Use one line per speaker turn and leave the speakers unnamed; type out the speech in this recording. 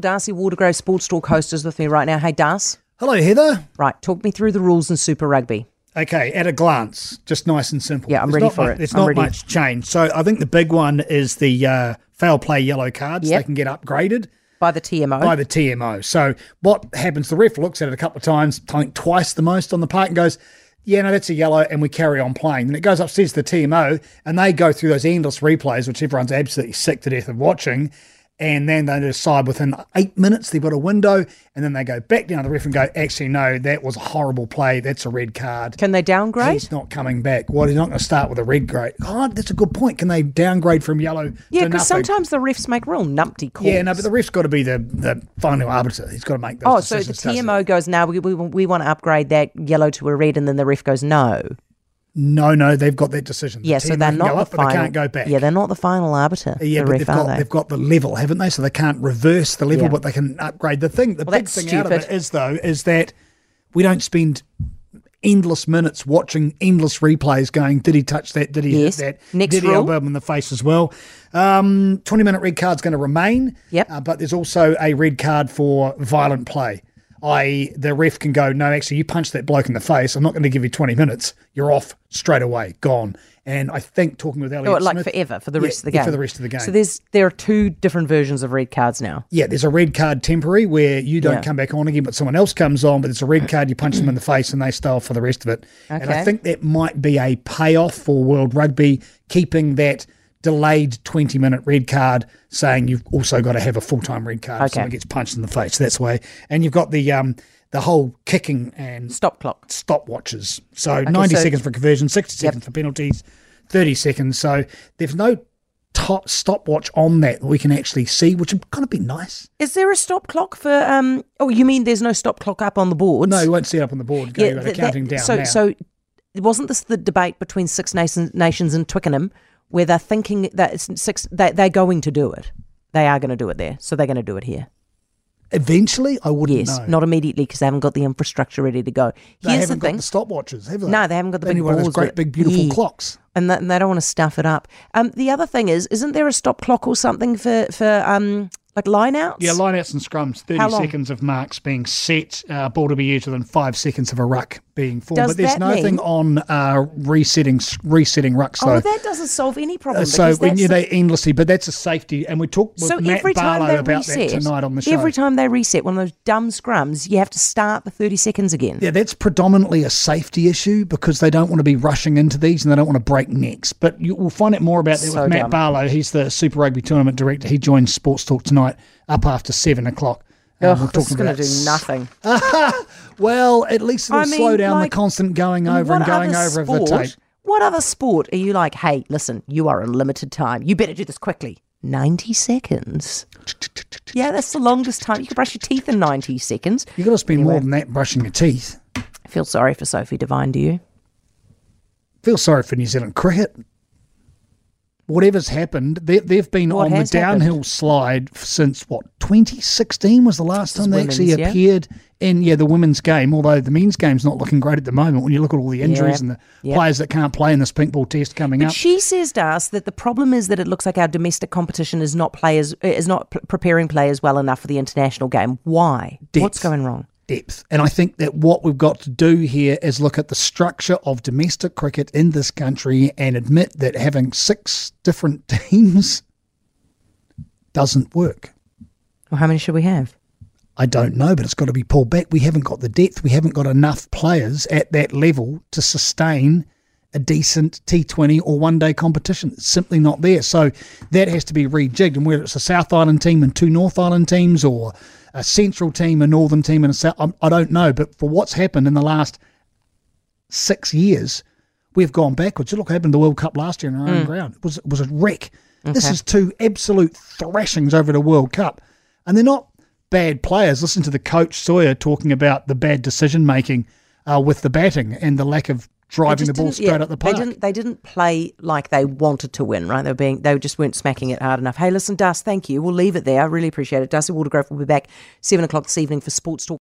Darcy Watergrove Sports Talk host is with me right now. Hey, Darcy.
Hello, Heather.
Right, talk me through the rules in Super Rugby.
Okay, at a glance, just nice and simple.
Yeah, I'm
There's
ready
not
for
mu-
it.
There's
I'm
not
ready.
much change. So I think the big one is the uh, foul play yellow cards.
Yep.
They can get upgraded
By the TMO.
by the TMO. So what happens? The ref looks at it a couple of times, I think twice the most on the park, and goes, "Yeah, no, that's a yellow," and we carry on playing. And it goes upstairs to the TMO, and they go through those endless replays, which everyone's absolutely sick to death of watching. And then they decide within eight minutes they've got a window, and then they go back down to the ref and go, "Actually, no, that was a horrible play. That's a red card."
Can they downgrade?
He's not coming back. Well, he's not going to start with a red grade. God, that's a good point. Can they downgrade from yellow?
Yeah,
to
because
nothing?
sometimes the refs make real numpty calls.
Yeah, no, but the ref's got to be the, the final arbiter. He's got to make those
Oh, so
decisions.
the
doesn't he?
TMO goes, no, we, we, we want to upgrade that yellow to a red, and then the ref goes, no.
No, no, they've got that decision. The
Yeah, so
TMO
they're
can
not
go
the
up, but
final.
They can't go back.
Yeah, they're not the final arbiter.
Yeah,
the
but
ref,
they've
are
got
they?
they've got the level, haven't they? So they can't reverse the level,
Yeah.
but they can upgrade the thing. The
Well,
big
that's
thing out of it
stupid.
is though is that we don't spend endless minutes watching endless replays going, did he touch that? Did he
Yes.
hit that?
Next
did he
rule.
elbow him in the face as well? Um, Twenty minute red card's going to remain.
Yep.
Uh, but there's also a red card for violent play. I e, the ref can go, no, actually, you punched that bloke in the face. I'm not going to give you 20 minutes. You're off straight away, gone. And I think talking with Elliot,
Oh, like
Smith-
forever for the
Yeah,
rest of the
yeah,
game.
for the rest of the game.
So there's there are two different versions of red cards now.
Yeah, there's a red card temporary where you don't
Yeah.
come back on again, but someone else comes on. But it's a red card, you punch them in the face, and they stay off for the rest of it. And
Okay.
I think that might be a payoff for World Rugby, keeping that delayed 20 minute red card, saying you've also got to have a full time red card if
Okay.
someone gets punched in the face. That's the way. And you've got the um, the whole kicking and
Stop clock.
stopwatches. So 90
so-
seconds for conversion, 60 seconds for penalties, 30 seconds. So there's no top stopwatch on that that we can actually see, which would kind of be nice.
Is there a stop clock for? um? Oh, you mean there's no stop clock up on the boards?
No, you won't see it up on the board. Go, you've got
th-
it counting
that-
down
so
now.
so wasn't this the debate between Six Nations, Nations and Twickenham, where they're thinking that it's six they they're going to do it. They are going to do it there, so they're going to do it here.
Eventually, I wouldn't
Yes,
know.
not immediately because they haven't got the infrastructure ready to go.
they
Here's the
haven't got
thing,
the stopwatches, have they?
No, they haven't got the
Only
big
one of those
balls
great
with-
big beautiful
Yeah.
clocks.
and, that, and they don't want to stuff it up. Um, the other thing is, isn't there a stop clock or something for for um like lineouts?
Yeah, lineouts and scrums, 30
How long?
seconds of marks being set, uh, ball to be used within five seconds of a ruck being formed.
Does
but there's
that
nothing
mean-
on uh, resetting resetting rucks,
Oh,
though.
well, that doesn't solve any problem.
Uh, so
because
we
that's
knew
the-
they endlessly, but that's a safety. And we talked with
so
Matt
every time
Barlow
they
about
reset,
that tonight on the show.
every time they reset one of those dumb scrums, you have to start the thirty seconds again.
yeah, that's predominantly a safety issue because they don't want to be rushing into these and they don't want to break necks. But you, we'll find out more about that
So
with Matt
dumb.
Barlow. He's the Super Rugby Tournament Director. He joins Sports Talk tonight up after seven o'clock. Um,
Ugh,
we're
this is
talking
going
about
to do nothing.
Well, at least it'll
I
slow
mean,
down
like,
the constant going over and going over of the tape.
What other sport are you like? Hey, listen, you are in limited time. You better do this quickly. Ninety seconds. Yeah, that's the longest time. You can brush your teeth in ninety seconds.
You've got to spend more than that brushing your teeth.
I feel sorry for Sophie Devine. Do you?
feel sorry for New Zealand cricket. Whatever's happened, they, they've been
What
on the
has happened?
downhill slide f- since what 2016 was the last
is
time they actually
women's, yeah.
appeared in yeah the women's game. Although the men's game's not looking great at the moment when you look at all the injuries and the
yeah.
players that can't play in this pink ball test coming
But
up.
she says to us that the problem is that it looks like our domestic competition is not players uh, is not p- preparing players well enough for the international game. Why? What's
Depth.
going wrong?
depth. And I think that what we've got to do here is look at the structure of domestic cricket in this country and admit that having six different teams doesn't work.
Well, how many should we have?
I don't know, but it's got to be pulled back. We haven't got the depth. We haven't got enough players at that level to sustain a decent T20 or one day competition. It's simply not there. So that has to be rejigged. And whether it's a South Island team and two North Island teams or a Central team, a Northern team, and a South, I'm- I don't know. But for what's happened in the last six years, we've gone backwards. Look what happened to the World Cup last year in our
Hmm.
own ground. It was, it was a wreck. This is two absolute thrashings over the World Cup. And they're not bad players. Listen to the coach Sawyer talking about the bad decision making uh, with the batting and the lack of
They
driving the
just
ball
didn't-
straight
yeah,
up the park.
They didn't. They didn't play like they wanted to win. Right? They were being. They just weren't smacking it hard enough. Hey, listen, Dust. Thank you. We'll leave it there. I really appreciate it. Darcy Watergrove will be back seven o'clock this evening for Sports Talk.